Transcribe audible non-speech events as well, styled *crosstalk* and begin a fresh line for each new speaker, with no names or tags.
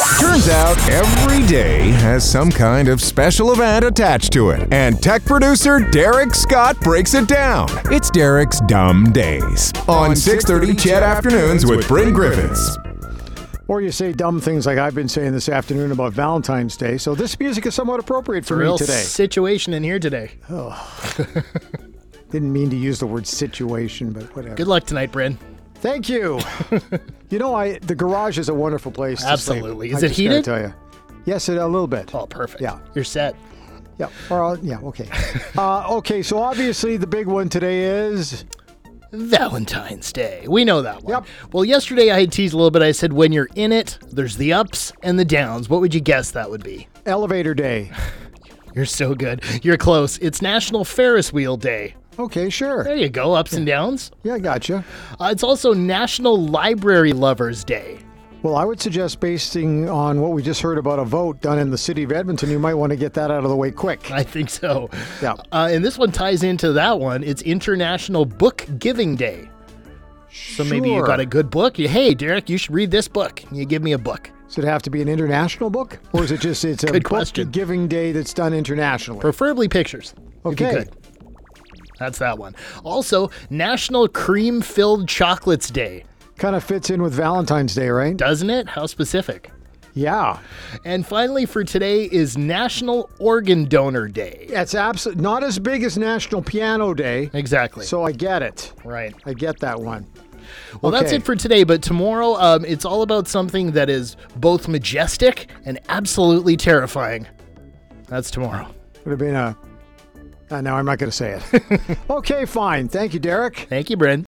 comes out every day has some kind of special event attached to it. And tech producer Derek Scott breaks it down. It's Derek's Dumb Days on 6:30 Chat Afternoons with Bryn Griffiths.
Or you say dumb things like I've been saying this afternoon about Valentine's Day. So this music is somewhat appropriate for
Real
me today.
situation in here today.
Didn't mean to use the word situation, but whatever.
Good luck tonight, Bryn.
Thank
*laughs*
you. you know, I the garage is a wonderful place. to sleep.
Absolutely. Is
I
it
just gotta
heated?
Tell you. Yes, it, a little bit.
Oh, perfect.
Yeah.
You're set.
Yeah. Or I'll- yeah.
*laughs*
Okay. uh, okay. So obviously the big one today is
Valentine's Day. We know that one.
Yep.
Well, yesterday I had teased a little bit. I said, when you're in it, there's the ups and the downs. What would you guess that would be?
elevator day.
You're so good. You're close. It's National Ferris Wheel Day.
Okay. Sure.
There you go, ups and downs.
Yeah. Gotcha.
Uh, it's also National Library Lovers Day.
Well, I would suggest basing on what we just heard about a vote done in the city of Edmonton, you might want to get that out of the way quick.
I think so.
Yeah.
Uh, and this one ties into that one. It's International Book Giving Day. So maybe you
Sure.
got a good book. You, hey, Derek, you should read this book. You give me a book.
Does it have to be an international book, or is it just it's a
Good
book
question.
giving day that's done internationally?
Preferably pictures. if you
Okay.
could. That's that one. Also, National Cream Filled Chocolates Day.
Kind of fits in with Valentine's Day, right?
Doesn't it? How specific.
Yeah,
And finally, for today is National Organ Donor Day.
that's absolutely not as big as National Piano Day,
Exactly.
so I get it.
right.
I get that one.
Well, that's
Okay.
it for today. But tomorrow, um, it's all about something that is both majestic and absolutely terrifying. That's tomorrow.
Would have been a. Uh, no, I'm not going to say it. *laughs* okay, fine. Thank you, Derek.
Thank you, Bryn.